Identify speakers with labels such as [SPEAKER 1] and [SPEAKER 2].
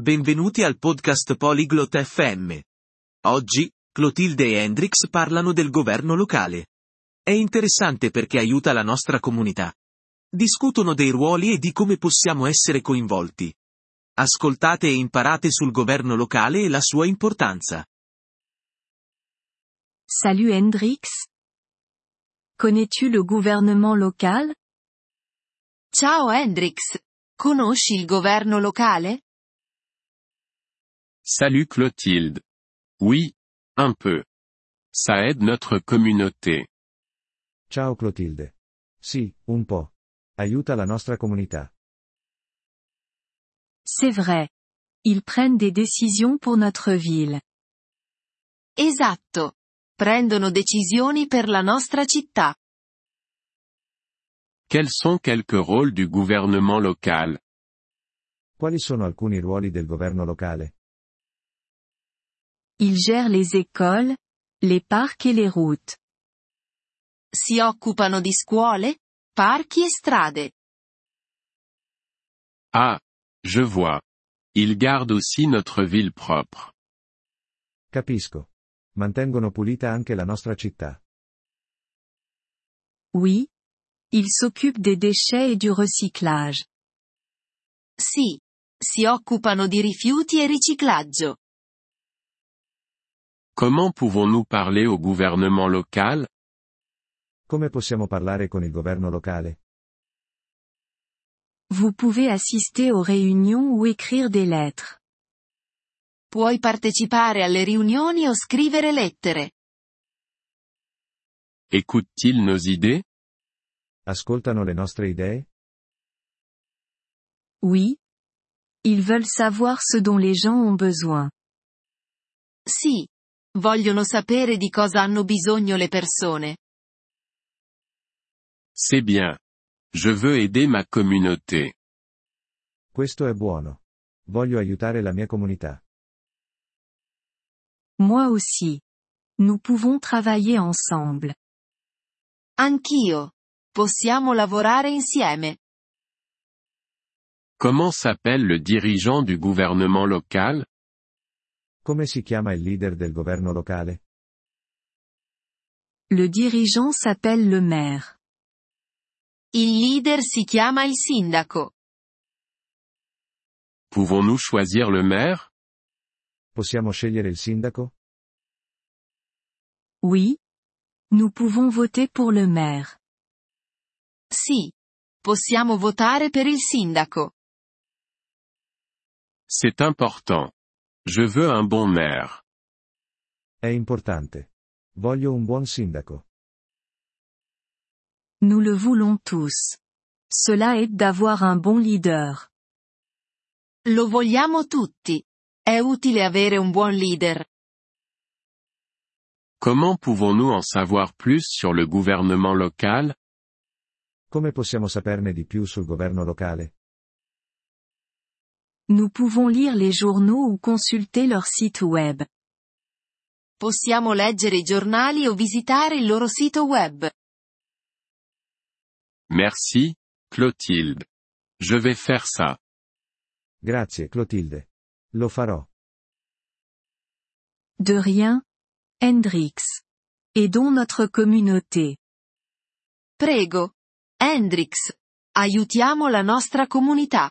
[SPEAKER 1] Benvenuti al podcast Polyglot FM. Oggi, Clotilde e Hendrix parlano del governo locale. È interessante perché aiuta la nostra comunità. Discutono dei ruoli e di come possiamo essere coinvolti. Ascoltate e imparate sul governo locale e la sua importanza.
[SPEAKER 2] Salut Hendrix. Connais-tu le gouvernement local
[SPEAKER 3] Ciao Hendrix. Conosci il governo locale?
[SPEAKER 4] Salut Clotilde. Oui, un peu. Ça aide notre communauté.
[SPEAKER 5] Ciao Clotilde. Sì, un po'. Aiuta la nostra comunità.
[SPEAKER 2] C'est vrai. Ils prennent des décisions pour notre ville.
[SPEAKER 3] Esatto. Prendono decisioni per la nostra città.
[SPEAKER 4] Quels sont quelques rôles du gouvernement local
[SPEAKER 5] Quali sono alcuni ruoli del governo locale?
[SPEAKER 2] Ils gèrent les écoles, les parcs et les routes.
[SPEAKER 3] Si occupano di scuole, parchi e strade.
[SPEAKER 4] Ah, je vois. Ils gardent aussi notre ville propre.
[SPEAKER 5] Capisco. Mantengono pulita anche la nostra città.
[SPEAKER 2] Oui. Ils s'occupent des déchets et du recyclage.
[SPEAKER 3] Sì. Si occupano di rifiuti e riciclaggio.
[SPEAKER 4] Comment pouvons-nous parler au gouvernement local
[SPEAKER 5] Come possiamo parlare con il governo locale?
[SPEAKER 2] Vous pouvez assister aux réunions ou écrire des lettres.
[SPEAKER 3] Puoi partecipare alle riunioni o scrivere lettere.
[SPEAKER 4] Écoute-t-il nos idées
[SPEAKER 5] Ascoltano le nostre idee?
[SPEAKER 2] Oui. Ils veulent savoir ce dont les gens ont besoin.
[SPEAKER 3] Sì. Vogliono sapere di cosa hanno bisogno le persone.
[SPEAKER 4] C'est bien. Je veux aider ma communauté.
[SPEAKER 5] Questo è buono. Voglio aiutare la mia comunità.
[SPEAKER 2] Moi aussi. Nous pouvons travailler ensemble.
[SPEAKER 3] Anch'io. Possiamo lavorare insieme.
[SPEAKER 4] Comment s'appelle le dirigeant du gouvernement local
[SPEAKER 5] Come si chiama il leader del governo locale?
[SPEAKER 2] Le dirigeant s'appelle le maire.
[SPEAKER 3] Il leader si chiama il sindaco.
[SPEAKER 4] Pouvons-nous choisir le maire
[SPEAKER 5] Possiamo scegliere il sindaco?
[SPEAKER 2] Oui. Nous pouvons voter pour le maire.
[SPEAKER 3] Sì. Possiamo votare per il sindaco.
[SPEAKER 4] C'est important. Je veux un bon maire.
[SPEAKER 5] È importante. Voglio un buon sindaco.
[SPEAKER 2] Nous le voulons tous. Cela aide d'avoir un bon leader.
[SPEAKER 3] Lo vogliamo tutti. È utile avere un buon leader.
[SPEAKER 4] Comment pouvons-nous en savoir plus sur le gouvernement local
[SPEAKER 5] Come possiamo saperne di più sul governo locale?
[SPEAKER 2] Nous pouvons lire les journaux ou consulter leur site web.
[SPEAKER 3] Possiamo leggere i giornali o visitare il loro sito web.
[SPEAKER 4] Merci, Clotilde. Je vais faire ça.
[SPEAKER 5] Grazie Clotilde. Lo farò.
[SPEAKER 2] De rien. Hendrix. Aidons notre communauté.
[SPEAKER 3] Prego. Hendrix. Aiutiamo la nostra comunità.